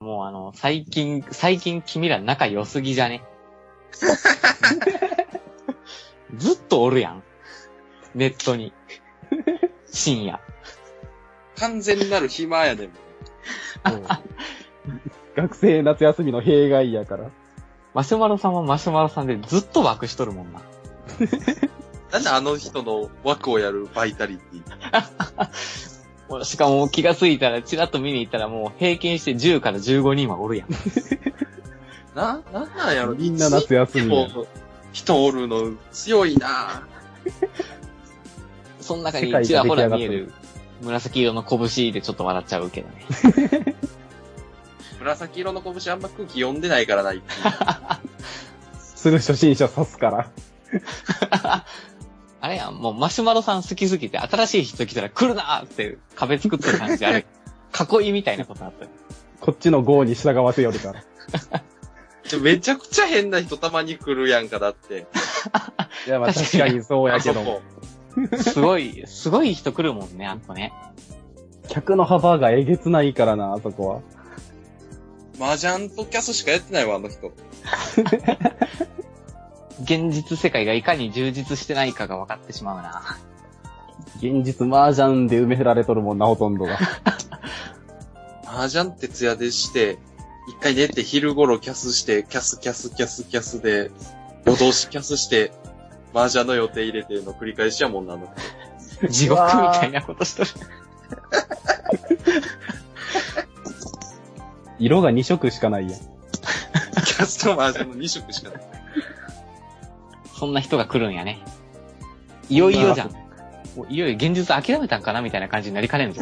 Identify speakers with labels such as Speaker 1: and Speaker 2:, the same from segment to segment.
Speaker 1: もうあの、最近、最近君ら仲良すぎじゃ ねずっとおるやん。ネットに。深夜。
Speaker 2: 完全なる暇やでも。
Speaker 3: 学生夏休みの弊害やから。
Speaker 1: マシュマロさんはマシュマロさんでずっと枠しとるもんな。
Speaker 2: なんであの人の枠をやるバイタリティ。
Speaker 1: もうしかも気がついたら、チラッと見に行ったらもう平均して10から15人はおるやん。
Speaker 2: な、なんなんやろ
Speaker 3: みんな夏休みや。
Speaker 2: もう人おるの強いな
Speaker 1: その中に
Speaker 3: 世界が
Speaker 1: ちらほら
Speaker 3: 出来上がっ
Speaker 1: 見え
Speaker 3: てる
Speaker 1: る紫色の拳でちょっと笑っちゃうけどね。
Speaker 2: 紫色の拳あんま空気読んでないからない。
Speaker 3: する初心者刺すから。
Speaker 1: あれやん、もうマシュマロさん好きすぎて新しい人来たら来るなーって壁作ってる感じ ある。囲いみたいなことあったよ。
Speaker 3: こっちの号に従わせよるから。
Speaker 2: ちょめちゃくちゃ変な人たまに来るやんか、だって。
Speaker 3: いや、まあ
Speaker 1: 確
Speaker 3: 確
Speaker 1: かに
Speaker 3: かにそう や
Speaker 2: あ
Speaker 3: け
Speaker 2: そ
Speaker 3: ども。
Speaker 2: こ。
Speaker 1: すごい、すごい人来るもんね、あんこね。
Speaker 3: 客の幅がえげつないからな、あそこは。
Speaker 2: 麻雀とキャスしかやってないわ、あの人。
Speaker 1: 現実世界がいかに充実してないかが分かってしまうな。
Speaker 3: 現実麻雀で埋められとるもんな、ほとんどが。
Speaker 2: 麻雀って徹夜でして、一回寝て昼頃キャスして、キャスキャスキャスキャスで、夜通しキャスして、麻雀の予定入れての繰り返しやもんなあの。
Speaker 1: 地獄みたいなことしとる。
Speaker 3: 色が2色しかないやん。
Speaker 2: キャスと麻雀の2色しかない。
Speaker 1: そんな人が来るんやね。いよいよじゃん。もういよいよ現実諦めたんかなみたいな感じになりかねんぞ。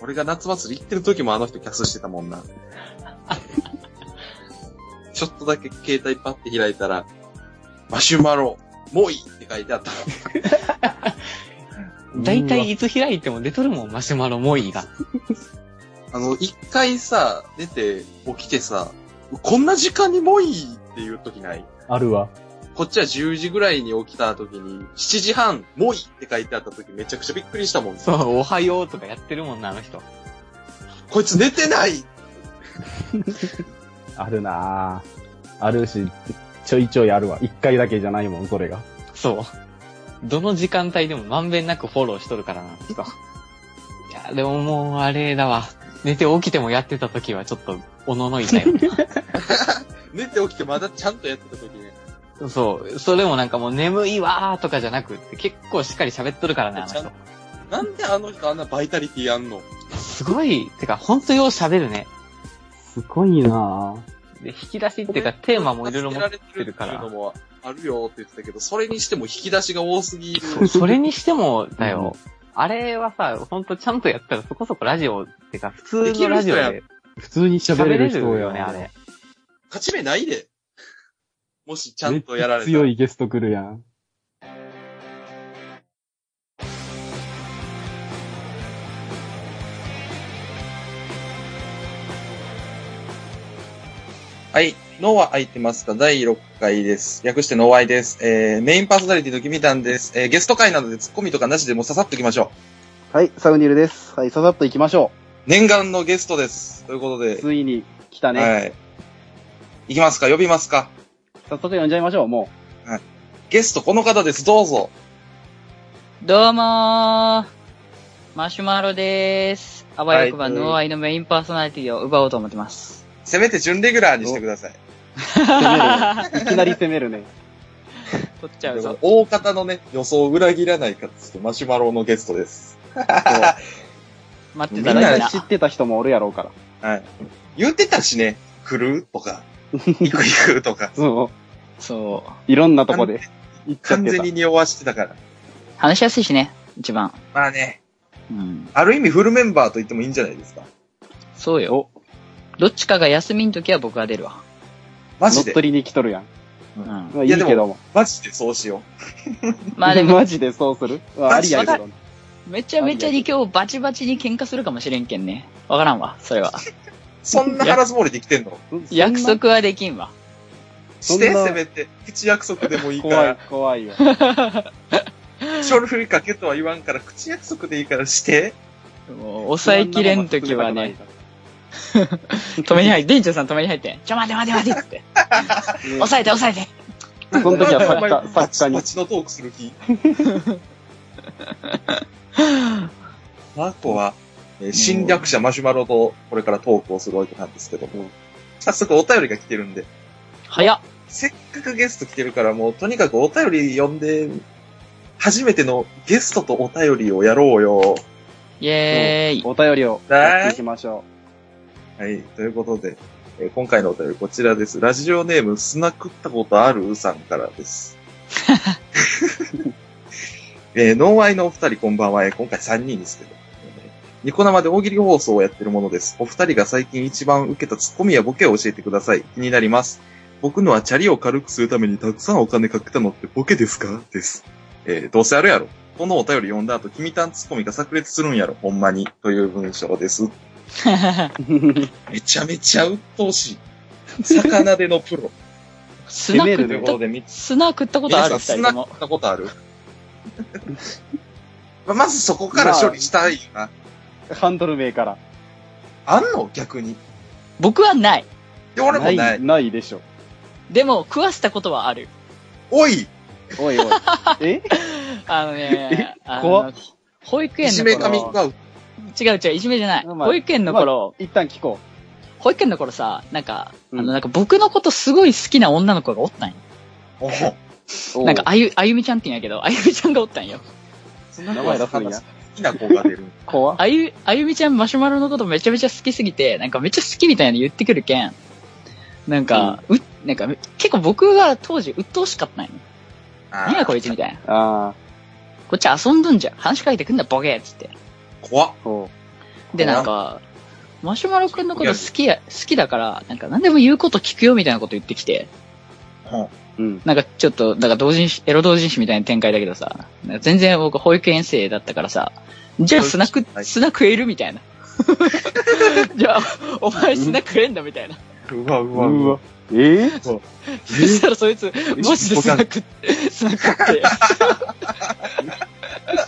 Speaker 2: 俺が夏祭り行ってる時もあの人キャスしてたもんな。ちょっとだけ携帯パッて開いたら、マシュマロ、もういいって書いてあった。
Speaker 1: だいたいいつ開いても出とるもん、マシュマロモイが。
Speaker 2: あの、一回さ、出て起きてさ、こんな時間にもういいっていう時ない
Speaker 3: あるわ。
Speaker 2: こっちは10時ぐらいに起きた時に、7時半、もういいって書いてあった時めちゃくちゃびっくりしたもん。
Speaker 1: そう、おはようとかやってるもんな、あの人。
Speaker 2: こいつ寝てない
Speaker 3: あるなぁ。あるし、ちょいちょいあるわ。一回だけじゃないもん、それが。
Speaker 1: そう。どの時間帯でもまんべんなくフォローしとるからな、人。いや、でももう、あれだわ。寝て起きてもやってた時はちょっと、おののいたよ。
Speaker 2: 寝て起きてまだちゃんとやってた時ね。
Speaker 1: そう。それもなんかもう眠いわーとかじゃなくって、結構しっかり喋っとるからね、あの
Speaker 2: ちゃん
Speaker 1: 人。
Speaker 2: なんであの人あんなバイタリティあんの
Speaker 1: すごい、てか、ほんとよう喋るね。
Speaker 3: すごいなぁ。
Speaker 1: で、引き出しっていうか、テーマもいろいろ持
Speaker 2: 助け
Speaker 1: っ
Speaker 2: られて
Speaker 1: て
Speaker 2: る
Speaker 1: る
Speaker 2: って
Speaker 1: か
Speaker 2: いうの
Speaker 1: ら。
Speaker 2: もあるよって言ってたけど、それにしても引き出しが多すぎる。
Speaker 1: それにしても、だよ。あれはさ、ほんとちゃんとやったらそこそこラジオってか、普通のラジオ
Speaker 2: でき
Speaker 1: で
Speaker 3: 普通に喋
Speaker 1: 喋
Speaker 3: れ
Speaker 1: れ
Speaker 3: る
Speaker 1: る
Speaker 3: 人
Speaker 1: よ
Speaker 3: や
Speaker 1: ね、あれ。。
Speaker 2: 勝ち目ないで。もしちゃんとやられたら。
Speaker 3: 強いゲスト来るやん。
Speaker 2: はい。脳は空いてますか第6回です。略して脳愛です。えー、メインパーソナリティの君たんです。えー、ゲスト会などでツッコミとかなしでもうささっといきましょ
Speaker 3: はい、サウニルです。はい、ささっと行きましょ
Speaker 2: う。念願のゲストです。ということで。
Speaker 3: ついに来た
Speaker 2: はい。いきますか呼びますか
Speaker 3: 早速呼んじゃいましょう、も
Speaker 2: ゲストこの方です。どうぞ。
Speaker 4: どうもー。マシュマロでーす。あばよくば
Speaker 2: はい
Speaker 4: ノーアイのメインパーソナリティを奪おうと思ってます。
Speaker 2: せめて準レギュラーにしてください。
Speaker 3: う。攻める。いきなり攻めるね。
Speaker 4: 取っちゃう
Speaker 2: でも
Speaker 4: ぞ。
Speaker 2: 大方のね、予想を裏切らない形でマシュマロのゲストです。
Speaker 4: 待っ
Speaker 3: み
Speaker 4: て
Speaker 3: ん
Speaker 4: たらいい
Speaker 3: な
Speaker 4: な
Speaker 3: 知。ってた人もおるやろうから。
Speaker 2: はい。言ってたしね、来るとか、行く行くと か、
Speaker 3: そう。
Speaker 4: そ
Speaker 3: いろんなとこで行っちゃっ
Speaker 2: 完
Speaker 3: て
Speaker 2: 全
Speaker 3: た。
Speaker 2: に匂わしてたから。
Speaker 4: う。話しやすいしね、一番。
Speaker 2: まあね、
Speaker 4: うん。
Speaker 2: ある意味フルメンバーと言ってもいいんじゃないですか。
Speaker 4: そうよ。どっちかが休みの時は僕が出るわ。
Speaker 2: マ
Speaker 3: 乗
Speaker 2: ジ
Speaker 3: っ
Speaker 2: で。
Speaker 3: 取りに来とるやん。
Speaker 4: うん。
Speaker 3: まあいいけ
Speaker 2: いや
Speaker 3: ども。
Speaker 2: マジでそうしよ
Speaker 4: まあで も、
Speaker 3: マジでそうするまあありやけどね。
Speaker 4: めちゃめちゃに今日バチバチに喧嘩するかもしれんけんね。わからんわ、それは。
Speaker 2: う。そんな腹積もりできてんの
Speaker 3: そんな
Speaker 4: 約束はできんわ。
Speaker 2: して、
Speaker 3: そんな
Speaker 2: せめて。口約束でもいいか
Speaker 3: 怖い
Speaker 2: ら。、
Speaker 3: 怖いよ。
Speaker 2: 書類かけとは言わんから、口約束でいいからして。
Speaker 4: もう抑えきれん時はね、。 止めに入って、店長さん止めに入って、ちょ待て待て待てっつって、抑えて抑えて。
Speaker 3: その時は作家、
Speaker 2: パ
Speaker 3: 作
Speaker 2: チ
Speaker 3: 家に
Speaker 2: パ。チのトークする気。マーコは、えー侵略者マシュマロとこれからトークをするわけなんですけども、早速お便りが来てるんで、
Speaker 4: 早っ。
Speaker 2: せっかくゲスト来てるからもうとにかくお便り読んで、初めてのゲストとお便りをやろうよ。
Speaker 4: イェ ーイ。
Speaker 3: お便りをやっていきましょ
Speaker 2: はい、ということで、えー今回のお便りこちらです。ラジオネーム、砂食ったことあるうさんからです。えー、ノンアイのお二人こんばんは。えー今回3人ですけど。えーニコ生で大喜利放送をやってるものです。お二人が最近一番受けたツッコミやボケを教えてください。気になります。僕のはチャリを軽くするためにたくさんお金かけたのってボケですかです。えーどうせあるやろ。このお便り読んだ後、君たんツッコミが炸裂するんやろ。ほんまに。という文章です。
Speaker 3: う。
Speaker 2: めちゃめちゃ鬱陶しい。魚でのプ ロ。
Speaker 4: 砂
Speaker 2: と
Speaker 4: 食
Speaker 2: いう
Speaker 4: っ
Speaker 2: こと
Speaker 4: た、
Speaker 2: で、み
Speaker 4: 砂食ったことある
Speaker 2: 皆
Speaker 4: 二
Speaker 2: さん、
Speaker 4: 人
Speaker 2: 砂
Speaker 4: とも
Speaker 2: 食。ったことある まあまずそこから処理したいよな。
Speaker 3: ハンドル名から。
Speaker 2: あんの逆に。い
Speaker 4: 僕はない。
Speaker 2: や、俺もない。
Speaker 3: ない、ないでしょ。
Speaker 4: でも、食わせたことはある。
Speaker 2: おい
Speaker 3: おいおい。え
Speaker 4: あのね、あ
Speaker 3: 怖
Speaker 4: の、保育
Speaker 2: い
Speaker 4: 園
Speaker 2: じ
Speaker 4: の
Speaker 2: め髪
Speaker 4: 頃、
Speaker 2: がう
Speaker 4: 違う違う、いじめじゃない。
Speaker 3: まあ
Speaker 4: 保育園の頃、
Speaker 3: 一旦聞こ
Speaker 4: 保育園の頃さ、なんか、あ
Speaker 3: うん
Speaker 4: の、なんか僕のことすごい好きな女の子がおったんよ。
Speaker 2: おほ
Speaker 3: う。
Speaker 4: なんか、あゆ、あゆみちゃんって言うんやけど、あゆみちゃんがおったんよ。
Speaker 2: そんな
Speaker 3: 名
Speaker 2: 子
Speaker 3: 前
Speaker 2: は
Speaker 3: 出すん
Speaker 2: 話
Speaker 3: や
Speaker 2: 好。きな子が出る。
Speaker 3: 怖
Speaker 4: あゆ、あゆみちゃんマシュマロのことめちゃめちゃ好きすぎて、なんかめっちゃ好きみたいに言ってくるけん。なんか、うなんか、結構僕が当時鬱陶しかったんよ。
Speaker 2: あ
Speaker 4: 何やこ
Speaker 2: れ。
Speaker 4: いつみたいな。
Speaker 3: あ
Speaker 4: こっち遊んどんじゃん。話しかけてくんな、ボケっつって。
Speaker 2: 怖っ
Speaker 3: あ、こ
Speaker 4: で、なんか、マシュマロくんのこと好きや、好きだから、なんか何でも言うこと聞くよみたいなこと言ってきて、
Speaker 2: うん
Speaker 3: う。うん。
Speaker 4: なんかちょっと、だから同人誌、エロ同人誌みたいな展開だけどさ、なんか全然僕保育園生だったからさ、じゃあ砂食
Speaker 2: は、い
Speaker 4: 砂食えるみたいな。 じゃあ、お前砂食えんだみたいな。
Speaker 2: うわうわう
Speaker 3: う
Speaker 2: わ
Speaker 3: わ。。ええ
Speaker 4: そしたらそいつ、マジで砂食って、砂食って、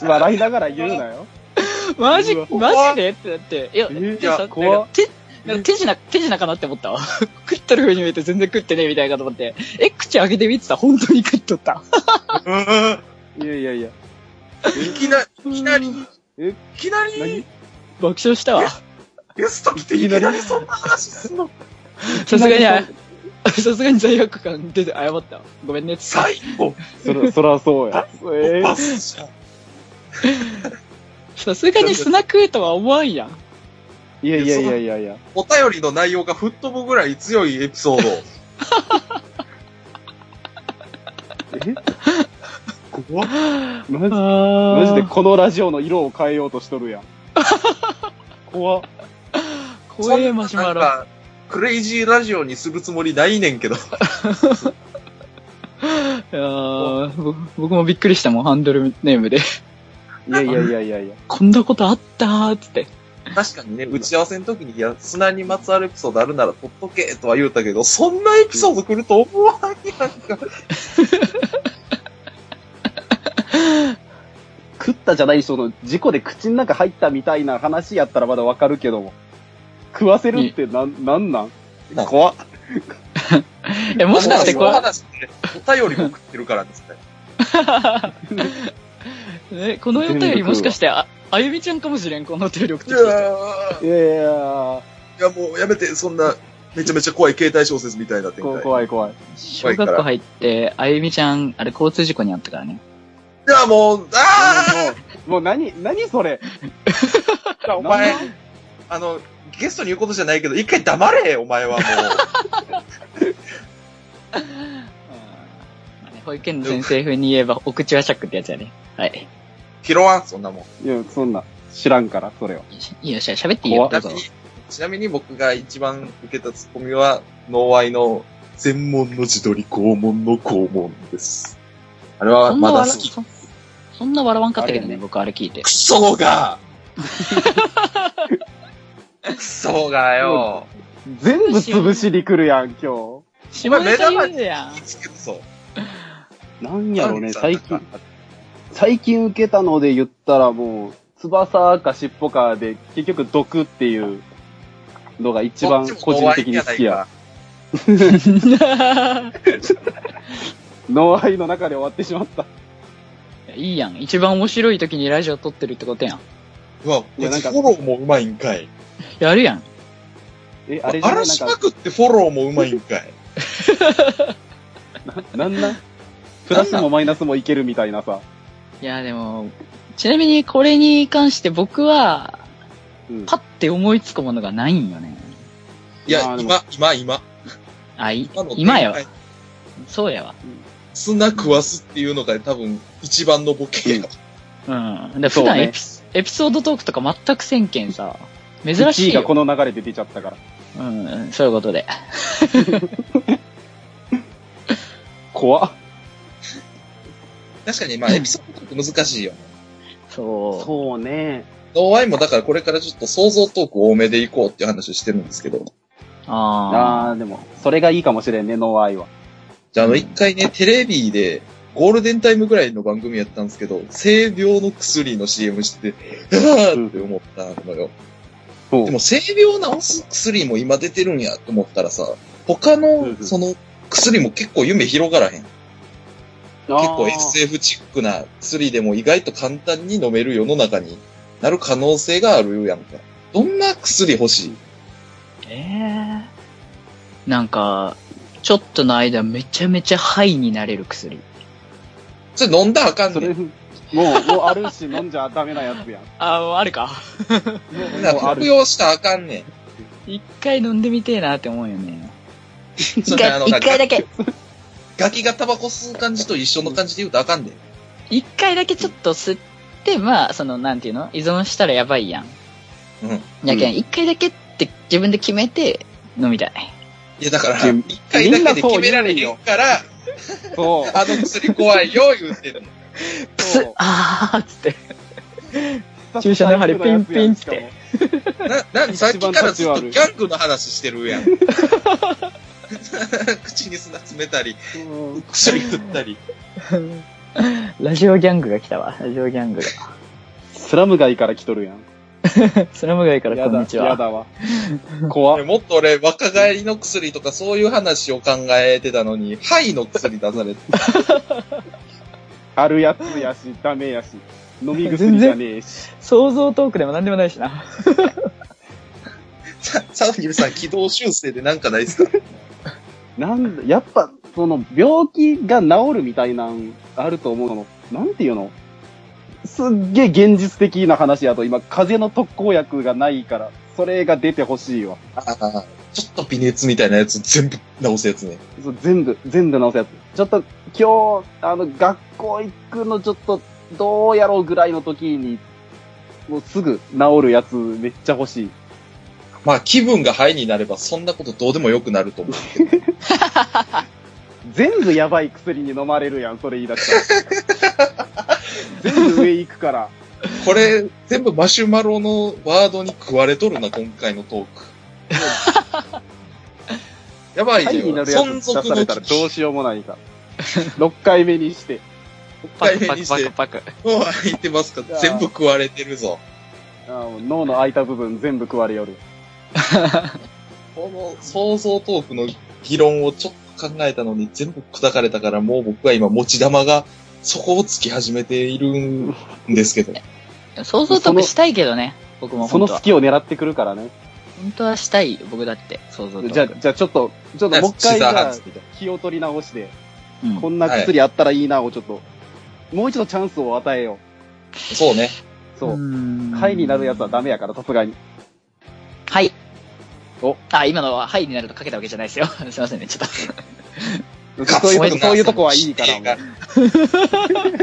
Speaker 3: 笑いながら言うなよ。
Speaker 4: マジ、
Speaker 3: う
Speaker 4: マ
Speaker 3: わ
Speaker 4: ジでってなって、いや、
Speaker 3: え
Speaker 4: じゃあさ、
Speaker 3: 怖
Speaker 4: なんか手、なんか手品、手品かなって思ったわ。 食ってる風に見えて全然食ってねえみたいかと思って、え、口開けてみてた本当に食っとった。
Speaker 2: うん
Speaker 3: いやいやいや。
Speaker 2: いきなり、いきなり、
Speaker 3: え
Speaker 2: いきな
Speaker 3: 何
Speaker 2: り、
Speaker 4: 爆笑したわ。
Speaker 2: ゲスト来ていきなりそんな話すんの
Speaker 4: さすがに、あ さすがに罪悪感出て謝ったわ。ごめんねっつって。
Speaker 2: 最後、
Speaker 3: そら、そらそうや。え
Speaker 2: バスじゃん。
Speaker 4: さすがに砂食うとは思わんやん。
Speaker 3: えいやいやいやいやいや。
Speaker 2: お便りの内容が吹っ飛ぶぐらい強いエピソード。
Speaker 3: え
Speaker 2: 怖っ
Speaker 3: マジマ
Speaker 4: マ
Speaker 3: ジでこのラジオの色を変えようとしとる やん。怖っ
Speaker 4: 怖えマシュマ
Speaker 2: なん
Speaker 4: ロ。
Speaker 2: か、クレイジーラジオにするつもりないねんけど。
Speaker 4: いやー僕僕もびっくりしたもん、ハンドルネームで。
Speaker 3: いやいやいやいやいや。
Speaker 4: こんなことあったーっつって。
Speaker 2: 確かにね、打ち合わせの時に、いや、砂にまつわるエピソードあるなら取っとけとは言うたけど、そんなエピソード来ると思わんやんか。
Speaker 3: 食ったじゃないその事故で口の中入ったみたいな話やったらまだわかるけども。食わせるってなん、なんなん
Speaker 2: なん
Speaker 3: 怖っ。
Speaker 4: え、もしかして
Speaker 2: こ
Speaker 4: こ
Speaker 2: の
Speaker 4: れ、
Speaker 2: 話って、お便りも食ってるからですね。
Speaker 4: ね、このお便りもしかして、あ、あゆみちゃんかもしれん、このお便り送っ
Speaker 2: い
Speaker 4: て
Speaker 2: や
Speaker 4: きた。
Speaker 3: いやいやいや
Speaker 2: いやもうやめて、そんな、めちゃめちゃ怖い携帯小説みたいな展
Speaker 3: こ
Speaker 2: 開。
Speaker 3: 怖い怖い。
Speaker 4: 小学校入って、あゆみちゃん、あれ交通事故にあったからね。
Speaker 2: いやもう、あ
Speaker 3: もう、もう何、何それ
Speaker 2: あお前、あの、ゲストに言うことじゃないけど、一回黙れ、お前はもう。
Speaker 4: まあね保育園の先生風に言えば、お口はシャックってやつやね。はい。
Speaker 2: 拾わん、そんなもん。
Speaker 3: いや、そんな、知らんから、それは。
Speaker 4: いいよ、しゃ喋っていいよ、ど
Speaker 2: ちな
Speaker 4: うぞ
Speaker 2: み。に、ちなみに僕が一番受けたツッコミは、ノーアイの、専門の自撮り、肛門の肛門です。あれは、
Speaker 4: そんな
Speaker 2: まだ
Speaker 4: 笑
Speaker 2: 好き。
Speaker 4: そそんな笑わんかったけど
Speaker 3: あれ
Speaker 4: ね、
Speaker 3: ね
Speaker 4: 僕あれ聞いて
Speaker 2: ク。ソ がクソがよ。
Speaker 3: 全部潰しに来るやん、今
Speaker 4: 下
Speaker 2: 前
Speaker 4: ネタ
Speaker 2: 目玉
Speaker 4: 言うやん。
Speaker 2: つけるぞ。
Speaker 3: 日。なんやろね、最近、最近受けたので言ったらもう、翼か尻尾かで、結局毒っていうのが一番個人的に好きや。ノーアイの中で終わってしまった。
Speaker 4: いいやん。一番面白い時にラジオ撮ってるってことやん。
Speaker 2: うわ、
Speaker 3: いやなんか
Speaker 2: フォローもうまいんかい。
Speaker 4: やるやん。
Speaker 3: え、あれじゃ
Speaker 2: 荒ら
Speaker 3: ないなん
Speaker 2: し
Speaker 3: か
Speaker 2: ま、くってフォローもうまいんかい。
Speaker 3: なんなんプラスもマイナスもいけるみたいなさ。
Speaker 4: いや、でも、ちなみにこれに関して僕は、
Speaker 3: うん
Speaker 4: パッて思いつくものがないんよね。
Speaker 2: いや、
Speaker 3: まあでも
Speaker 2: 今、今、今。
Speaker 4: あ、い
Speaker 2: 今の展開
Speaker 4: 今やわ。そうやわ。
Speaker 2: 砂食わすっていうのが多分一番のボケや。
Speaker 4: うん。で
Speaker 3: そう
Speaker 4: 普
Speaker 3: ね
Speaker 4: 段エピ,、エピソードトークとか全くせんけんさ、珍
Speaker 3: 1
Speaker 4: し
Speaker 3: 位
Speaker 4: いよ。
Speaker 3: がこの流れで出ちゃったから。
Speaker 4: うんうん、そういうことで。
Speaker 3: 怖っ。
Speaker 2: 確かに、まあ、エピソードトーク難しいよ。
Speaker 4: そう。
Speaker 3: そうね。
Speaker 2: ノーアイもだからこれからちょっと想像トーク多めでいこうっていう話をしてるんですけど。
Speaker 4: あ
Speaker 3: あー、でも、それがいいかもしれんね、ノーアイは。
Speaker 2: じゃあ、あの、一回ね、テレビで、ゴールデンタイムぐらいの番組やったんですけど、性病の薬の CM して、あーって思ったのよ。
Speaker 3: ほ
Speaker 2: でも、性病治す薬も今出てるんやと思ったらさ、他
Speaker 3: うんう
Speaker 2: の、
Speaker 3: ん
Speaker 2: その、薬も結構夢広がらへん。結
Speaker 3: あー
Speaker 2: 構 SF チックな薬でも意外と簡単に飲める世の中になる可能性があるやんか。どんな薬欲しい
Speaker 4: ー。ええー。なんか、ちょっとの間めちゃめちゃハイになれる薬。
Speaker 2: それ飲んだらあかん
Speaker 3: そ
Speaker 2: ね
Speaker 3: れ、
Speaker 2: ん。
Speaker 3: もう、 もうあるし、飲んじゃダメなやつやん。
Speaker 4: ああ、あるか。
Speaker 3: も
Speaker 2: そ
Speaker 3: う
Speaker 2: んな
Speaker 3: もう ある
Speaker 2: 服用したらあかんねん。
Speaker 4: 一回飲んでみてえなって思うよね。
Speaker 2: それあの
Speaker 4: だけ。
Speaker 2: ガキがタバコ吸う感じと一緒の感じで言うとあかんで。
Speaker 4: 一回だけちょっと吸って、まあ、その、なんていうの依存したらやばいやん。
Speaker 2: うん。
Speaker 4: やけ
Speaker 3: うん
Speaker 4: ん、一回だけって自分で決めて飲みたい。
Speaker 2: いや、だから、
Speaker 3: いや
Speaker 2: 一回だけで決められへんから、
Speaker 3: そう。
Speaker 2: あの薬怖いよ、言うてんの。
Speaker 4: プス
Speaker 3: そう
Speaker 4: ッあーっつって。注射の針ピンピンって
Speaker 2: な、な、さっきからずっと
Speaker 3: 一番
Speaker 2: ギ
Speaker 3: 立ち悪い
Speaker 2: ャングの話してるやん。 口に砂詰めたり、
Speaker 3: うん
Speaker 2: 薬振ったり。
Speaker 4: ラジオギャングが来たわ。ラジオギャングが。
Speaker 3: スラム街から来とるやん。
Speaker 4: スラム街から
Speaker 3: や
Speaker 4: こん
Speaker 3: だ
Speaker 4: に、ち
Speaker 3: や
Speaker 4: は。
Speaker 3: だ わ。怖っ。
Speaker 2: もっと俺、若返りの薬とかそういう話を考えてたのに、肺の薬出されて。
Speaker 3: あるやつやし、ダメやし。飲み薬じゃねえし。
Speaker 4: 想像トークでも何でもないしな。
Speaker 2: さ、さゆりさん、軌道修正でなんかないっすか
Speaker 3: なんだ、やっぱ、その、病気が治るみたいなん、あると思うの。なんていうのすっげえ現実的な話やと、今、風邪の特効薬がないから、それが出てほしいわ。
Speaker 2: ああ、ちょっと微熱みたいなやつ全部直すやつね。
Speaker 3: そう全部、全部直すやつ。ちょっと、今日、あの、学校行くのちょっと、どうやろうぐらいの時に、もうすぐ治るやつめっちゃ欲しい。
Speaker 2: まあ気分がハイになればそんなことどうでもよくなると 思う。
Speaker 3: 全部やばい薬に飲まれるやん、それ言い出したら。全部上行くから。
Speaker 2: これ全部マシュマロのワードに食われとるな、今回のトーク。やばい
Speaker 3: ハイ
Speaker 2: で
Speaker 3: に なるや
Speaker 2: 存
Speaker 3: つ出
Speaker 2: 続
Speaker 3: さ
Speaker 2: の
Speaker 3: れたら
Speaker 2: 危
Speaker 3: どう
Speaker 2: 機
Speaker 3: しようもないから。6回目にして。
Speaker 1: パ
Speaker 2: 回
Speaker 1: ク
Speaker 2: 目
Speaker 1: パ
Speaker 2: に
Speaker 1: ク
Speaker 2: し
Speaker 1: パ
Speaker 2: て
Speaker 1: クパク。
Speaker 2: もう空いてますか
Speaker 3: や
Speaker 2: 全部食われてるぞ。
Speaker 3: あー脳の空いた部分全部食われよる。
Speaker 2: この想像トークの議論をちょっと考えたのに全部砕かれたからもう僕は今持ち玉がそこをつき始めているんですけ ど。
Speaker 4: 想像トークしたいけどね。僕も
Speaker 3: その
Speaker 4: 本当は。
Speaker 3: 隙を狙ってくるからね。
Speaker 4: 本当はしたい、僕だって。想像トーク。
Speaker 3: じゃあ、じゃあちょっと、ちょっともう一
Speaker 2: シ
Speaker 3: 回じ
Speaker 2: ザー
Speaker 3: ゃ
Speaker 2: ハン
Speaker 3: あ
Speaker 2: ズみたいな
Speaker 3: 気を取り直して、
Speaker 4: うん
Speaker 3: こんな薬あったらいいなをちょっと、もう一度チャンスを与えよ
Speaker 2: そうね。
Speaker 3: う。そう。
Speaker 4: ん
Speaker 3: 肺になるやつはダメやから、さすがに。
Speaker 4: はい。
Speaker 3: お
Speaker 4: あ、今のは、はいになるとかけたわけじゃないですよ。 すいませんね、ちょっと。
Speaker 3: そういうとこ、そういうとこはいいか
Speaker 2: 否定が
Speaker 3: ら、もう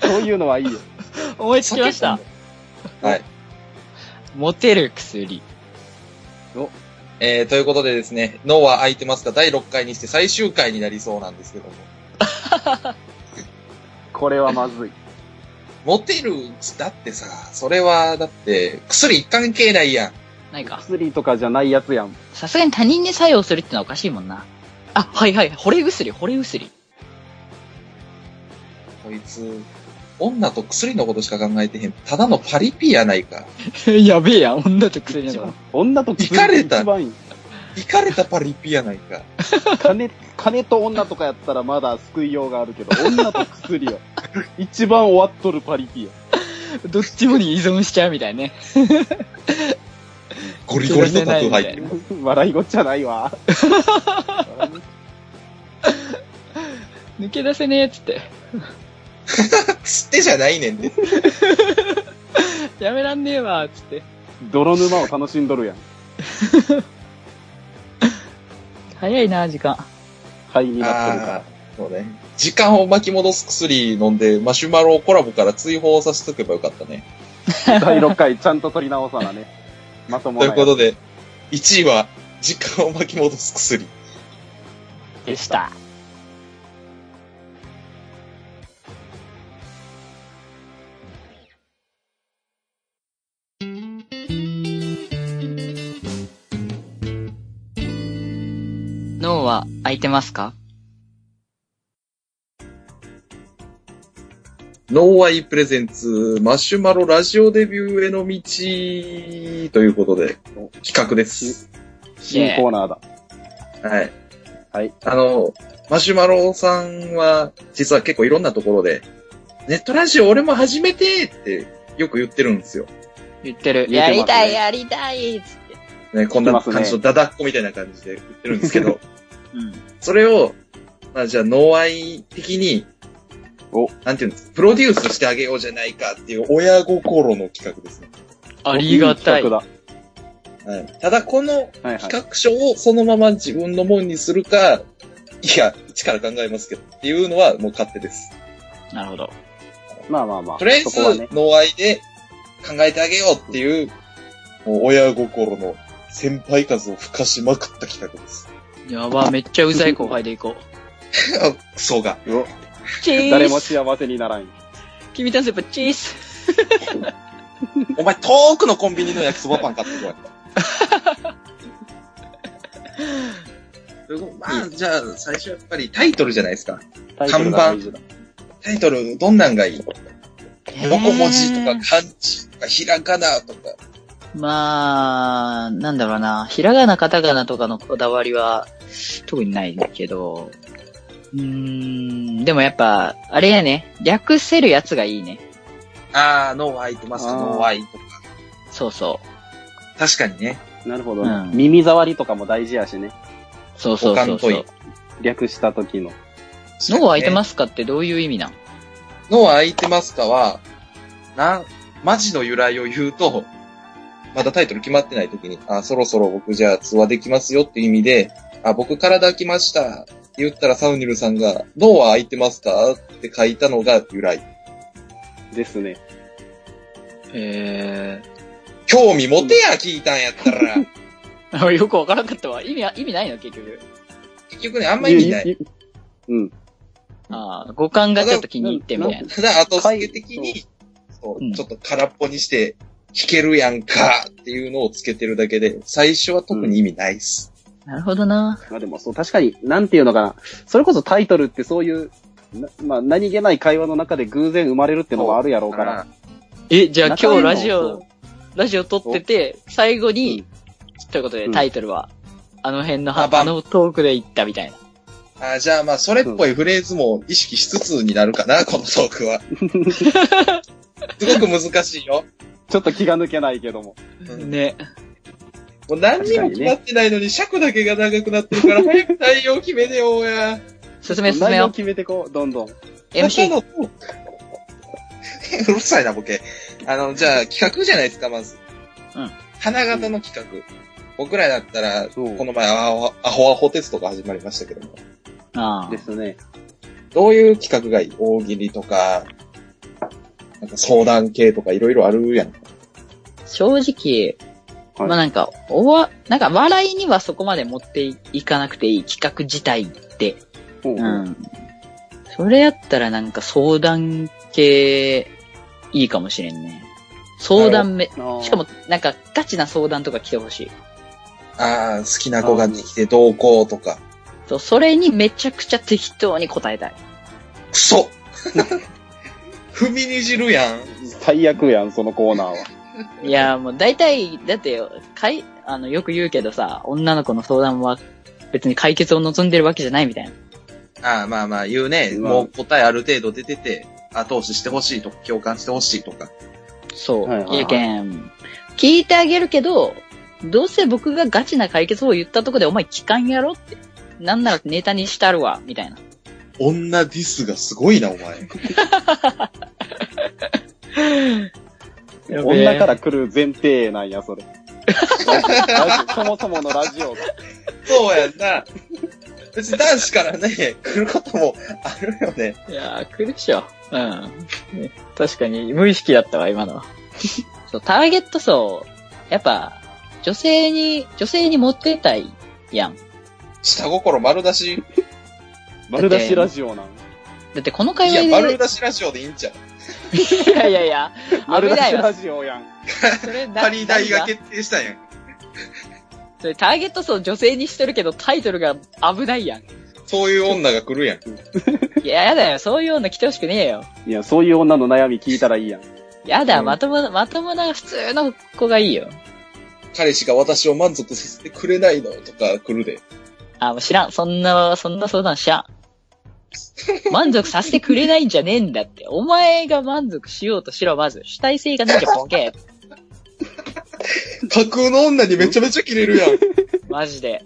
Speaker 3: そういうのはいいよ。
Speaker 4: 思いつきました。
Speaker 2: はい。
Speaker 4: モテる薬。
Speaker 2: えー、ということでですね、脳は空いてますか第6回にして最終回になりそうなんですけども。
Speaker 3: これはまずい。
Speaker 2: モテる、だってさ、それは、だって、薬関係ないやん。
Speaker 4: ないか。
Speaker 3: 薬とかじゃないやつやん。
Speaker 4: さすがに他人に作用するってのはおかしいもんな。あ、はいはい。惚れ薬、惚れ薬。
Speaker 2: こいつ、女と薬のことしか考えてへん。ただのパリピやないか。
Speaker 4: やべえやん、女と薬ながら。
Speaker 3: 女と
Speaker 2: イカれた
Speaker 3: 一番いい。
Speaker 2: 行かれたパリピやないか。
Speaker 3: 金、金と女とかやったらまだ救いようがあるけど、女と薬よ。一番終わっとるパリピよ。
Speaker 4: どっちもに依存しちゃうみたいなね。
Speaker 2: ゴリゴリのタトゥー入ってる。
Speaker 3: 笑いごっちゃないわ。
Speaker 4: 抜け出せねえっつって。
Speaker 2: 吸ってじゃないねんで。
Speaker 4: やめらんねえわっつって。
Speaker 3: 泥沼を楽しんどるやん。
Speaker 4: 早いな、時間。
Speaker 3: 肺になってるから
Speaker 2: あ。あ、そうね。時間を巻き戻す薬飲んで、マシュマロをコラボから追放させとけばよかったね。
Speaker 3: 第6回ちゃんと取り直さなね。まとも
Speaker 2: と
Speaker 3: な
Speaker 2: いう
Speaker 3: やつ
Speaker 2: ことで、1位は、時間を巻き戻す薬。
Speaker 4: でした。脳は空いてますか
Speaker 2: ノーアイプレゼンツ、マシュマロラジオデビューへの道ということで、企画です。
Speaker 3: 新コーナーだ。
Speaker 2: はい。
Speaker 3: はい。
Speaker 2: あの、マシュマロさんは、実は結構いろんなところで、ネットラジオ俺も始めてってよく言ってるんですよ。
Speaker 4: 言ってる。
Speaker 3: 言ってますね
Speaker 4: やりたいっつって。
Speaker 2: ね、こん
Speaker 3: 言
Speaker 2: な
Speaker 3: ってますね
Speaker 2: 感じのダダっ子みたいな感じで言ってるんですけ ど、
Speaker 4: うん。
Speaker 2: それを、まあじゃあ、ノーアイ的に、
Speaker 3: お
Speaker 2: なんていうんですプロデュースしてあげようじゃないかっていう親心の企画ですね。
Speaker 4: ありがたい。
Speaker 3: 企画だ
Speaker 2: はい。ただ、この
Speaker 3: はいはい。
Speaker 2: 企画書をそのまま自分のもんにするか、いや、一から考えますけどっていうのはもう勝手です。
Speaker 4: なるほど。
Speaker 3: まあまあまあ。
Speaker 2: とりあえず、
Speaker 3: そこはね。
Speaker 2: ノーアイで考えてあげようっていう、もう親心の先輩数を吹かしまくった企画です。
Speaker 4: やば、めっちゃうざい後輩でいこう。
Speaker 2: あクソが。
Speaker 4: チーズ
Speaker 3: 誰も幸せにならん。
Speaker 4: 君たちやっぱチーズ
Speaker 2: お前、遠くのコンビニの焼きそばパン買ってこい。 まあ、じゃあ、最初やっぱりタイトルじゃないですか。
Speaker 3: タイトルが大事だ。
Speaker 2: タイトル、どんなんがいい横文字とか漢字とかひらがなとか。
Speaker 4: まあ、なんだろうな。ひらがな、カタカナとかのこだわりは、特にないけど、うーん、でもやっぱ、あれやね。略せるやつがいいね。
Speaker 2: あー、ノーアイとマスク
Speaker 3: あー
Speaker 2: ノーアイとか。
Speaker 4: そうそ
Speaker 2: 確かにね。
Speaker 3: なるほど
Speaker 4: うん。
Speaker 3: 耳障りとかも大事やしね。
Speaker 4: う。そうそうそうそう。
Speaker 2: 互換っ
Speaker 3: 略した時の。
Speaker 4: 脳は空いて
Speaker 2: す
Speaker 4: ますかってどういう意味なん
Speaker 2: の空いてますかは、なん、マジの由来を言うと、まだタイトル決まってない時に、あ、そろそろ僕じゃあ通話できますよっていう意味で、あ、僕体空きましたって言ったらサウニルさんが、脳は空いてますかって書いたのが由来。
Speaker 3: ですね。
Speaker 4: へ
Speaker 2: 興味持てや聞いたんやった ら。
Speaker 4: ー。よくわからん かったわ。意味は、意味ないの結局。
Speaker 2: 結局ね、あんま意味ない。
Speaker 3: ゆゆうん。
Speaker 4: ああ、五感がちょっと気に入ってみたいな。
Speaker 2: ただ、後付け的に、そうう、
Speaker 4: ん
Speaker 2: ちょっと空っぽにして、弾けるやんかっていうのをつけてるだけで、最初は特に意味ないっす。
Speaker 4: なるほどな。
Speaker 3: まあでもそう、確かに、なんていうのかな。それこそタイトルってそういう、なまあ何気ない会話の中で偶然生まれるってのがあるやろう
Speaker 2: だ
Speaker 3: か
Speaker 2: からら。、
Speaker 4: え、じゃあ
Speaker 3: 中
Speaker 4: 今
Speaker 3: 身
Speaker 4: 日
Speaker 3: も
Speaker 4: ラジオ、ラジオ撮ってて、最後
Speaker 3: う
Speaker 4: に、ということで
Speaker 3: うん
Speaker 4: タイトルは、あの辺のは、
Speaker 2: あばん
Speaker 4: あのトークで行ったみたいな。
Speaker 2: あじゃあまあ、それっぽいフレーズも意識しつつになるかな、このトークは。すごく難しいよ。
Speaker 3: ちょっと気が抜けないけども。
Speaker 2: うん
Speaker 4: ね。
Speaker 2: もう何にも決まってないのに尺だけが長くなってるから、早く対応決めてようや。
Speaker 4: 進め進め
Speaker 3: 内
Speaker 4: よ
Speaker 3: 容
Speaker 4: う。
Speaker 3: 決めてこう、どんどん。
Speaker 2: 中
Speaker 4: MC。
Speaker 2: のト ークうるさいな、ボケ。あの、じゃあ、企画じゃないですか、まず。
Speaker 4: うん。
Speaker 2: 花形の企画。僕らだったら、
Speaker 3: そう
Speaker 2: この前、アホアホアホテストが始まりましたけども。
Speaker 4: あ
Speaker 3: ですね。
Speaker 2: どういう企画がいい大喜利とか、なんか相談系とかいろいろあるやん。
Speaker 4: あ。正直、
Speaker 3: はい
Speaker 4: まあなんか、おわ、なんか笑いにはそこまで持っていかなくていい企画自体って。
Speaker 3: うん
Speaker 4: うん。それやったらなんか相談系、いいかもしれんね。相談め、しか、もなんかガチな相談とか来てほしい。
Speaker 2: ああ、好きな子ができてどうこうとか。
Speaker 4: そう、それにめちゃくちゃ適当に答えたい。
Speaker 2: クソ 踏みにじるやん。
Speaker 3: 最悪やん、そのコーナーは。
Speaker 4: いや、もう大体、だってよ、かい、あの、よく言うけどさ、女の子の相談は別に解決を望んでるわけじゃないみたいな。
Speaker 2: ああ、まあまあ言うね。
Speaker 3: うん
Speaker 2: もう答えある程度出てて、後押ししてほしいとか、共感してほしいとか。
Speaker 4: そう。
Speaker 3: はいいはいはい
Speaker 4: やけん、聞いてあげるけど、どうせ僕がガチな解決法を言ったとこでお前聞かんやろって。なんならネタにしたるわ、みたいな。
Speaker 2: 女ディスがすごいな、お前。
Speaker 3: 女から来る前提なんや、 それ。ラジオそもそものラジオが。
Speaker 2: そうやんな。別に男子からね、来ることもあるよね。
Speaker 4: いやー、来るでしょ。うん。ね確かに、無意識だったわ、今のは。 そう、ターゲット層、やっぱ、女性に、女性に持ってたいやん。
Speaker 2: 下心丸出し。
Speaker 3: 丸出しラジオなん。
Speaker 4: だってこの
Speaker 2: い
Speaker 4: 会
Speaker 2: や、
Speaker 4: 話で
Speaker 2: 丸、出しラジオでいいんちゃう。
Speaker 4: いやいやいや、
Speaker 3: 丸
Speaker 4: 危
Speaker 3: 出
Speaker 4: な
Speaker 3: し
Speaker 4: いわ。
Speaker 3: ラジオやん。
Speaker 4: それな
Speaker 2: パリ大
Speaker 4: 何
Speaker 2: が決定したんやん。
Speaker 4: それターゲット層女性にしてるけどタイトルが危ないやん。
Speaker 2: そういう女が来るやん。
Speaker 4: いや、やだよ。そういうの来てほしくねえよ。
Speaker 3: いや、そういう女の悩み聞いたらいいやん。
Speaker 4: やだ、
Speaker 3: うん
Speaker 4: まともな、まともな普通の子がいいよ。
Speaker 2: 彼氏が私を満足させてくれないのとか来るで。
Speaker 4: あ、もう知らん。そんな、そんな相談 知らん。満足させてくれないんじゃねえんだって。お前が満足しようとしろ、まず。主体性がなきゃボ ケ。
Speaker 2: 架空の女にめちゃめちゃキレるや ん。
Speaker 4: マジで。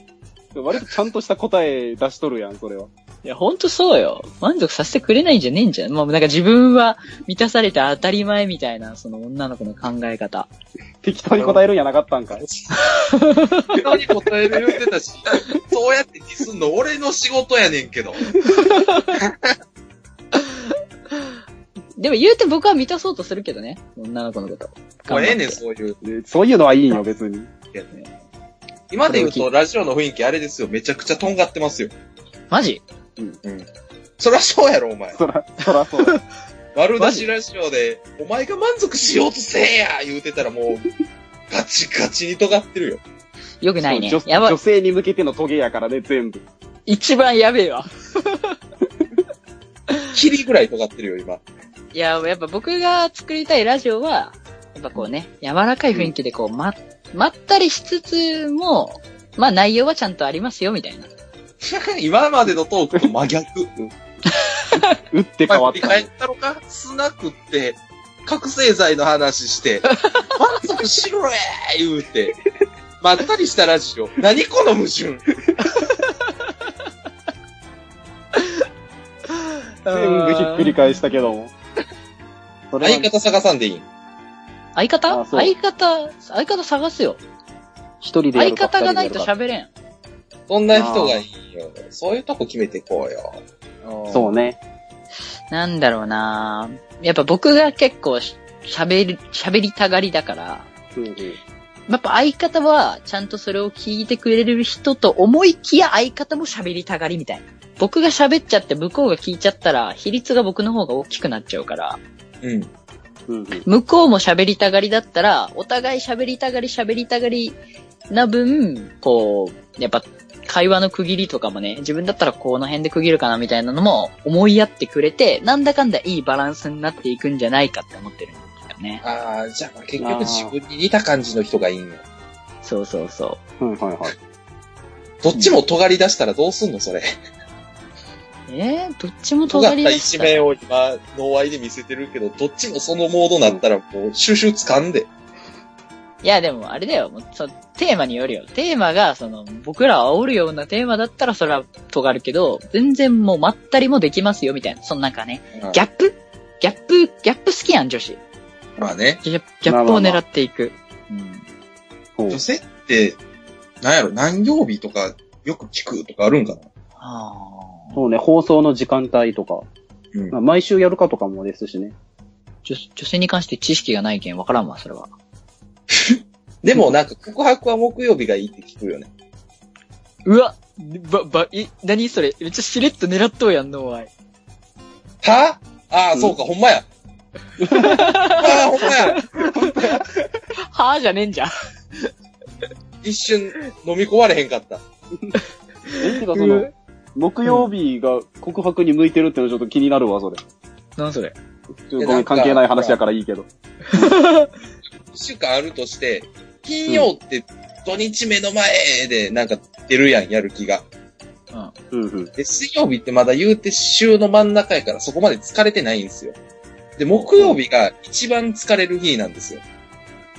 Speaker 3: 割とちゃんとした答え出しとるやん、それは。
Speaker 4: いや、ほんとそうよ。満足させてくれないんじゃねえんじゃん。もうなんか自分は満たされて当たり前みたいな、その女の子の考え方。
Speaker 3: 適当に答えるんやなかったんか。
Speaker 2: 人に答える言ってたし、そうやってディスんの俺の仕事やねんけど。
Speaker 4: でも言うて僕は満たそうとするけどね。女の子のこと。
Speaker 2: もうええねん、そ
Speaker 4: 頑張って
Speaker 2: ういう。
Speaker 3: でそういうのはいいんよ、別に。
Speaker 2: 今で言うと、ラジオの雰囲気あれですよ。めちゃくちゃとんがってますよ。
Speaker 4: マジ
Speaker 2: そらそうやろ、お前。
Speaker 3: そら、そらそう。
Speaker 2: 丸出しラジオで、お前が満足しようとせえや言うてたらもう、ガチガチに尖ってるよ。
Speaker 4: よくないね
Speaker 3: 女。
Speaker 4: やば
Speaker 3: 女、性に向けてのトゲやからね、全部。
Speaker 4: 一番やべえわ。
Speaker 2: キリぐらい尖ってるよ、今。
Speaker 4: いや、やっぱ僕が作りたいラジオは、やっぱこうね、柔らかい雰囲気でこう、ま、まったりしつつも、まあ内容はちゃんとありますよ、みたいな。
Speaker 2: 今までのトークと真逆。
Speaker 3: 打って変わ
Speaker 2: 前
Speaker 3: っ
Speaker 2: 振り
Speaker 3: た。
Speaker 2: 返ったのかスナックって、覚醒剤の話して、満足しろや言うて、まったりしたラジオ。何この矛盾
Speaker 3: 全部ひっくり返したけども。それ
Speaker 2: 相
Speaker 3: は
Speaker 2: 方探さんでいい
Speaker 4: 相方
Speaker 3: あそう
Speaker 4: 相方、相方探すよ。
Speaker 3: 一人でやる
Speaker 4: 相
Speaker 3: か
Speaker 4: 方がないと
Speaker 3: 二人でやる
Speaker 4: 喋れん。
Speaker 2: どんな人がいいよ。そういうとこ決めていこうよ。
Speaker 3: かそうね。
Speaker 4: なんだろうなやっぱ僕が結構し喋り、喋りたがりだから、やっぱ相方はちゃんとそれを聞いてくれる人と思いきや相方も喋りたがりみたいな。僕が喋っちゃって向こうが聞いちゃったら比率が僕の方が大きくなっちゃうから、
Speaker 2: うん。
Speaker 3: うんうん
Speaker 4: 向こうも喋りたがりだったら、お互い喋りたがり喋りたがりな分、こう、やっぱ会話の区切りとかもね、自分だったらこの辺で区切るかなみたいなのも思いやってくれて、なんだかんだいいバランスになっていくんじゃないかって思ってるんだよね。
Speaker 2: ああ、じゃあ結局自分に似た感じの人がいいんよ。
Speaker 4: そうそうそう。
Speaker 3: うん。はいはいはい。
Speaker 2: どっちも尖り出したらどうすんのそれ。
Speaker 4: えー、どっちも
Speaker 2: 尖
Speaker 4: 尖
Speaker 2: っ
Speaker 4: り
Speaker 2: た
Speaker 4: だし
Speaker 2: 一
Speaker 4: たら
Speaker 2: 面を今、脳愛で見せてるけど、どっちもそのモードになったら、もう、収集掴んで。
Speaker 4: いや、でも、あれだよ。もうそテーマによるよ。テーマが、その、僕らを煽るようなテーマだったら、それは尖るけど、全然もう、まったりもできますよ、みたいな。そのなんかね、ギャップギャップ、ギャップ好きやん、女子。
Speaker 2: まあね。
Speaker 4: ギャギャップを狙っていく。
Speaker 3: ほう
Speaker 2: 女性って、なんやろ、何曜日とか、よく聞くとかあるんかな
Speaker 4: あー
Speaker 3: そうね、放送の時間帯とか。
Speaker 2: うん
Speaker 3: まあ毎週やるかとかもですしね。
Speaker 4: 女女性に関して知識がないけん、わからんわ、それは。
Speaker 2: でもなんか、告白は木曜日がいいって聞くよね。
Speaker 4: うわば、ば、え、何それめっちゃしれっと狙っとうやんの、おい。
Speaker 2: はああ、
Speaker 3: うん
Speaker 2: そうか、ほんまや。 ああ、ほんまや。
Speaker 4: はぁじゃねえんじゃん。
Speaker 2: 一瞬、飲み込まれへんかった。
Speaker 3: え、てかその、木曜日が告白に向いてるってのちょっと気になるわ、それ。
Speaker 4: 何それ
Speaker 3: ちょっとごめん、関係ない話やからいいけど。
Speaker 2: 一週間あるとして、金曜って土日目の前でなんか出るやん、やる気が。
Speaker 3: うんうん。
Speaker 2: で、水曜日ってまだ言うて週の真ん中やからそこまで疲れてないんですよ。で、木曜日が一番疲れる日なんですよ。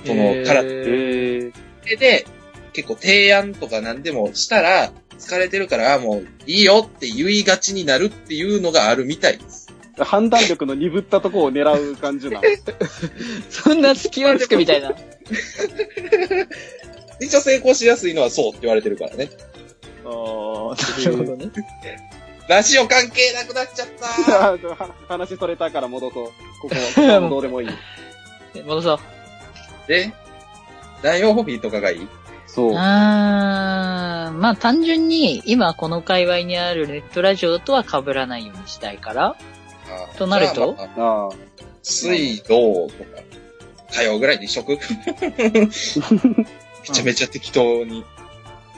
Speaker 2: その
Speaker 1: えー
Speaker 2: から
Speaker 3: え
Speaker 2: で結構提案とか何でもしたら、疲れてるから、あもういいよって言いがちになるっていうのがあるみたいです。
Speaker 3: ー、判断力の鈍ったとこを狙う感じなの。
Speaker 4: そんな隙をつくみたいな。
Speaker 2: 一応成功しやすいのはそうって言われてるからね。
Speaker 4: ああ、なるほ どね。
Speaker 2: ラジオ関係なくなっちゃったー
Speaker 3: あ話それたから戻そう。ここは、どうでもいい。
Speaker 4: 戻そう。
Speaker 2: で、何曜ホビーとかがいい
Speaker 3: そう。
Speaker 4: あー、まあ単純に今この界隈にあるネットラジオとは被らないようにしたいから。
Speaker 2: あー
Speaker 4: となると
Speaker 2: じゃあまあ
Speaker 3: ああ。
Speaker 2: 水、道とか、火曜ぐらいにしと くめちゃめちゃ適当に。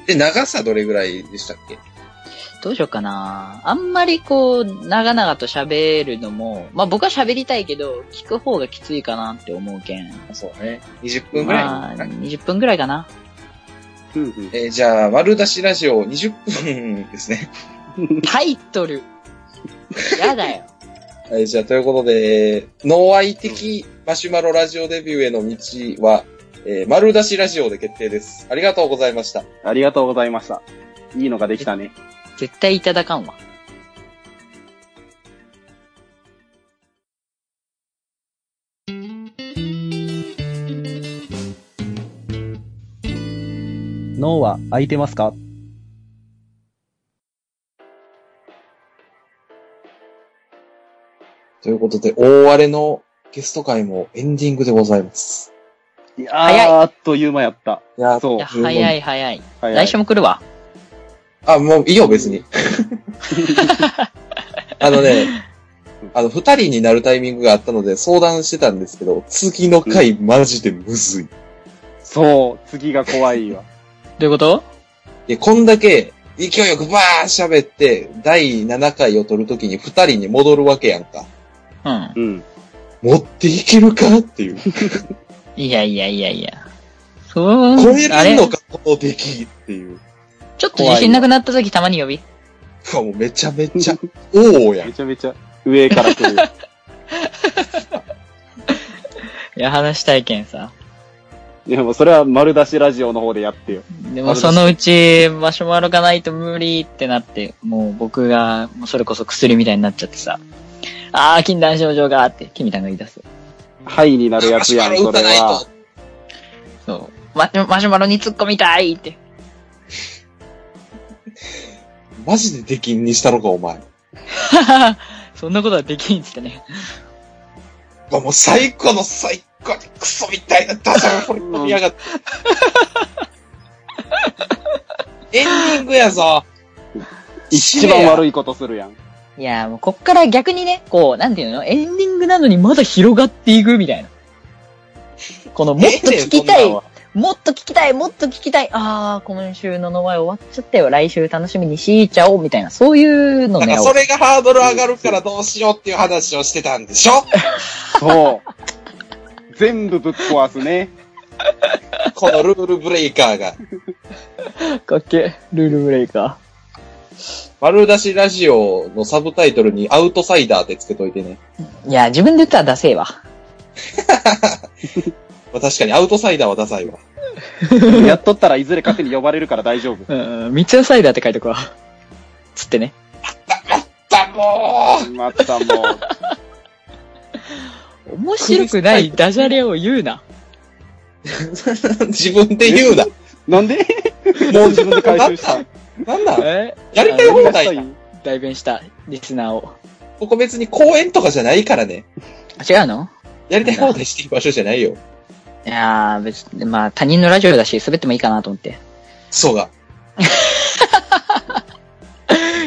Speaker 2: で、長さどれぐらいでしたっけ
Speaker 4: どうしようかな。あんまりこう、長々と喋るのも、まあ僕は喋りたいけど、聞く方がきついかなって思うけん。
Speaker 2: そうね。20分ぐらい。
Speaker 4: まあ、20分ぐらいかな。
Speaker 3: うんうん
Speaker 2: えーじゃあ、丸出しラジオ20分ですね。
Speaker 4: タイトル。や だよ。
Speaker 2: はい、じゃあ、ということで、えー脳愛的マシュマロラジオデビューへの道は、えー丸出しラジオで決定です。ありがとうございました。
Speaker 3: ありがとうございました。いいのができたね。
Speaker 4: 絶対いただかんわ。
Speaker 5: 脳は空いてますか
Speaker 2: ということで、大荒れのゲスト会もエンディングでございます。
Speaker 3: いやー
Speaker 4: 早い
Speaker 3: あっという間やった。
Speaker 2: いやー
Speaker 3: そう
Speaker 4: いや、。早い早い。
Speaker 3: 早
Speaker 4: 来週も来るわ。
Speaker 2: あ、もういいよ、別 に。あのね、あの、二人になるタイミングがあったので相談してたんですけど、次の回マジでむずい。
Speaker 3: そう。次が怖いわ。
Speaker 4: どういうこと
Speaker 2: で、こんだけ勢いよくバーッ喋って、第7回を取るときに二人に戻るわけやんか。
Speaker 4: うん。
Speaker 3: うん。
Speaker 2: 持っていけるかっていう。
Speaker 4: いやいやいやいや。そう、
Speaker 2: 超え
Speaker 4: あ
Speaker 2: れ
Speaker 4: れ
Speaker 2: んのか、この出来っていう。
Speaker 4: ちょっと自信なくなった時たまに呼び。
Speaker 2: うわもうめちゃめちゃ、おおや
Speaker 3: め
Speaker 2: ん。
Speaker 3: ちゃめちゃ上から 来る。
Speaker 4: いや、話したいけんさ。
Speaker 3: いやもうそれは丸出しラジオの方でやってよ。
Speaker 4: でもそのうち、マシュマロがないと無理ってなって、もう僕が、もうそれこそ薬みたいになっちゃってさ。あー、禁断症状がーって、キミタンが言い出す。
Speaker 3: はいになるやつやん、そ
Speaker 2: 打た
Speaker 3: れ
Speaker 2: ない
Speaker 3: は
Speaker 2: と。。
Speaker 4: そう。マシュマシュマロに突っ込みたいって。
Speaker 2: マジで出禁にしたのか、お前。
Speaker 4: そんなことはできんっつってね。
Speaker 2: うわもう最高の最高にクソみたいなダジャレ掘り込みやがって。エンディングやぞ。
Speaker 3: 一番悪いことするやん。
Speaker 4: いやーもうこっから逆にね、こう、なんていうのエンディングなのにまだ広がっていくみたいな。このもっと聞きた、
Speaker 2: ええねんそんないんは
Speaker 4: もっと聞きたい、もっと聞きたい、あー、今週のの前終わっちゃったよ、来週楽しみにしちゃおう、みたいな、そういうの
Speaker 2: なん
Speaker 4: ね
Speaker 2: か、それがハードル上がるからどうしようっていう話をしてたんでしょ
Speaker 3: そう。全部ぶっ壊すね。
Speaker 2: このルールブレイカーが。
Speaker 4: かっけ、ルールブレイカ
Speaker 2: 丸出しラジオのサブタイトルにアウトサイダーってつけといてね。
Speaker 4: ー。いや、自分で言ったらダセえわ。
Speaker 2: まあ、確かにアウトサイダーはダサいわ。
Speaker 3: やっとったらいずれ勝手に呼ばれるから大丈夫。
Speaker 4: うん、三ツ矢サイダーって書いとくわ。つってね。
Speaker 2: だも
Speaker 3: またもう。
Speaker 4: 面白くないダジャレを言うな。
Speaker 2: ー自分で言うな。
Speaker 3: なん で
Speaker 2: もう
Speaker 3: 自分で回収した。
Speaker 2: なんなん
Speaker 4: え
Speaker 2: やりたい放題 だ。
Speaker 3: い
Speaker 4: 代弁した、リスナーを。
Speaker 2: ここ別に公演とかじゃないからね。
Speaker 4: 違うの
Speaker 2: やりたい放題していい場所じゃないよ。
Speaker 4: いやー、別に、まあ、他人のラジオだし、滑ってもいいかなと思って。
Speaker 2: クソが。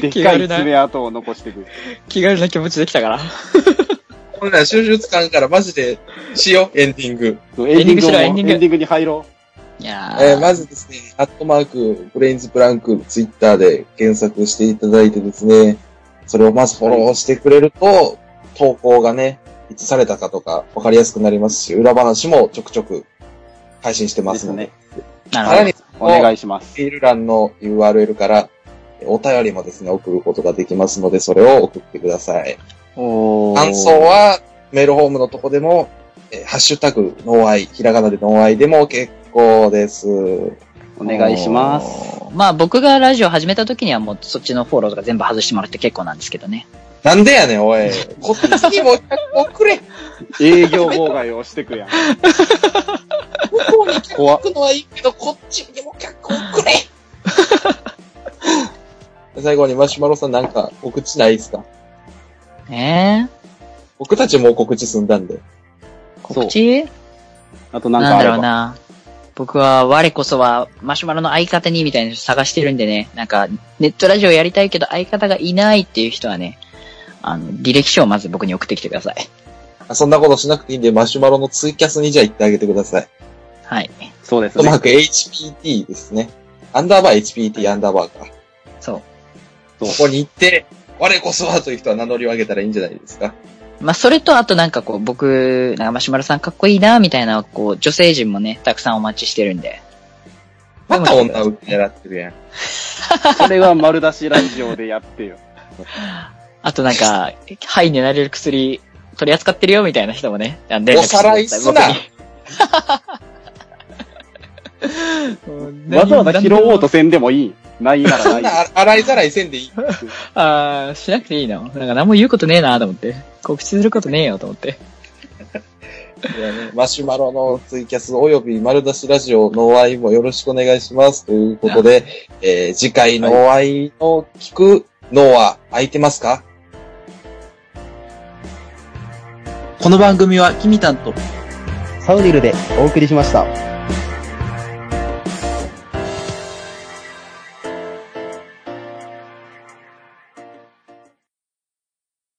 Speaker 3: でっかい爪痕を残してくる。
Speaker 4: 気軽な気持ちできたから。
Speaker 2: 俺ら収集つかんからマジでしよう、エンディング。
Speaker 3: エンディング
Speaker 4: しろ
Speaker 3: も
Speaker 4: エ
Speaker 3: エ
Speaker 4: ン
Speaker 3: ン
Speaker 4: デ
Speaker 3: デ
Speaker 4: ィング
Speaker 3: ィングに入ろ
Speaker 4: いやー、
Speaker 2: えーまずですね、アットマーク、ブレインズプランク、ツイッターで検索していただいてですね、それをまずフォローしてくれると、投稿がね、いつされたかとか分かりやすくなりますし、裏話もちょくちょく配信してま
Speaker 3: ですす
Speaker 2: ので。
Speaker 3: ね。
Speaker 4: なるほ
Speaker 2: さら
Speaker 4: ど。
Speaker 2: に、
Speaker 3: お願いします。
Speaker 2: メール欄の URL から、えお便りもですね、送ることができますので、それを送ってください。
Speaker 4: おー
Speaker 2: 感想は、メールホームのとこでも、えハッシュタグ、ノーアイ、ひらがなでノーアイでも結構です。
Speaker 3: お願いします。
Speaker 4: おーまあ僕がラジオ始めた時にはもうそっちのフォローとか全部外してもらって結構なんですけどね。
Speaker 2: なんでやねん、おい。こっちにも送れ。
Speaker 3: 営業妨害をしてくやん。怖っ
Speaker 2: くのはいいけど、こっちにも客送れ最後にマシュマロさんなんか告知ないですか
Speaker 4: ねえ。
Speaker 2: 僕たちもう告知済んだんで。
Speaker 4: 告知
Speaker 3: あとな
Speaker 4: なんん
Speaker 3: かあ
Speaker 4: だ
Speaker 3: れ
Speaker 4: ろう
Speaker 3: ば。
Speaker 4: な。僕は我こそはマシュマロの相方にみたいな人探してるんでね。なんかネットラジオやりたいけど相方がいないっていう人はね、あの、履歴書をまず僕に送ってきてください。
Speaker 2: あそんなことしなくていいんで、マシュマロのツイキャスにじゃあ行ってあげてください。
Speaker 4: はい。
Speaker 3: そうです
Speaker 2: と
Speaker 3: ね
Speaker 2: マー。ク HPT ですね。アンダーバー HPT アンダーバーか。
Speaker 4: そう。
Speaker 2: ここに行って、我こそはという人は名乗りを上げたらいいんじゃないですか。
Speaker 4: まあ、それと、あとなんかこう、僕、なんかマシュマロさんかっこいいな、みたいな、こう、女性陣もね、たくさんお待ちしてるんで。
Speaker 2: また女を狙ってるやん。
Speaker 3: それは丸出しラジオでやってよ。
Speaker 4: あとなんか、肺になれる薬、取り扱ってるよ、みたいな人もね、あの
Speaker 2: おさらいすな。
Speaker 3: わざわざ拾おうとせんでもいい。ないな
Speaker 2: そ
Speaker 3: ら
Speaker 2: ん
Speaker 3: な。
Speaker 2: ない洗いざらいせんでいい。
Speaker 4: あーしなくていいのなんか何も言うことねえなと思って。告知することねえよと思って。
Speaker 2: いやね マシュマロのツイキャスおよび丸出しラジオのお会いもよろしくお願いします。ということで、えー次回のお会いを聞くのは空いてますか
Speaker 6: この番組はキミタンと
Speaker 7: サウディルでお送りしました。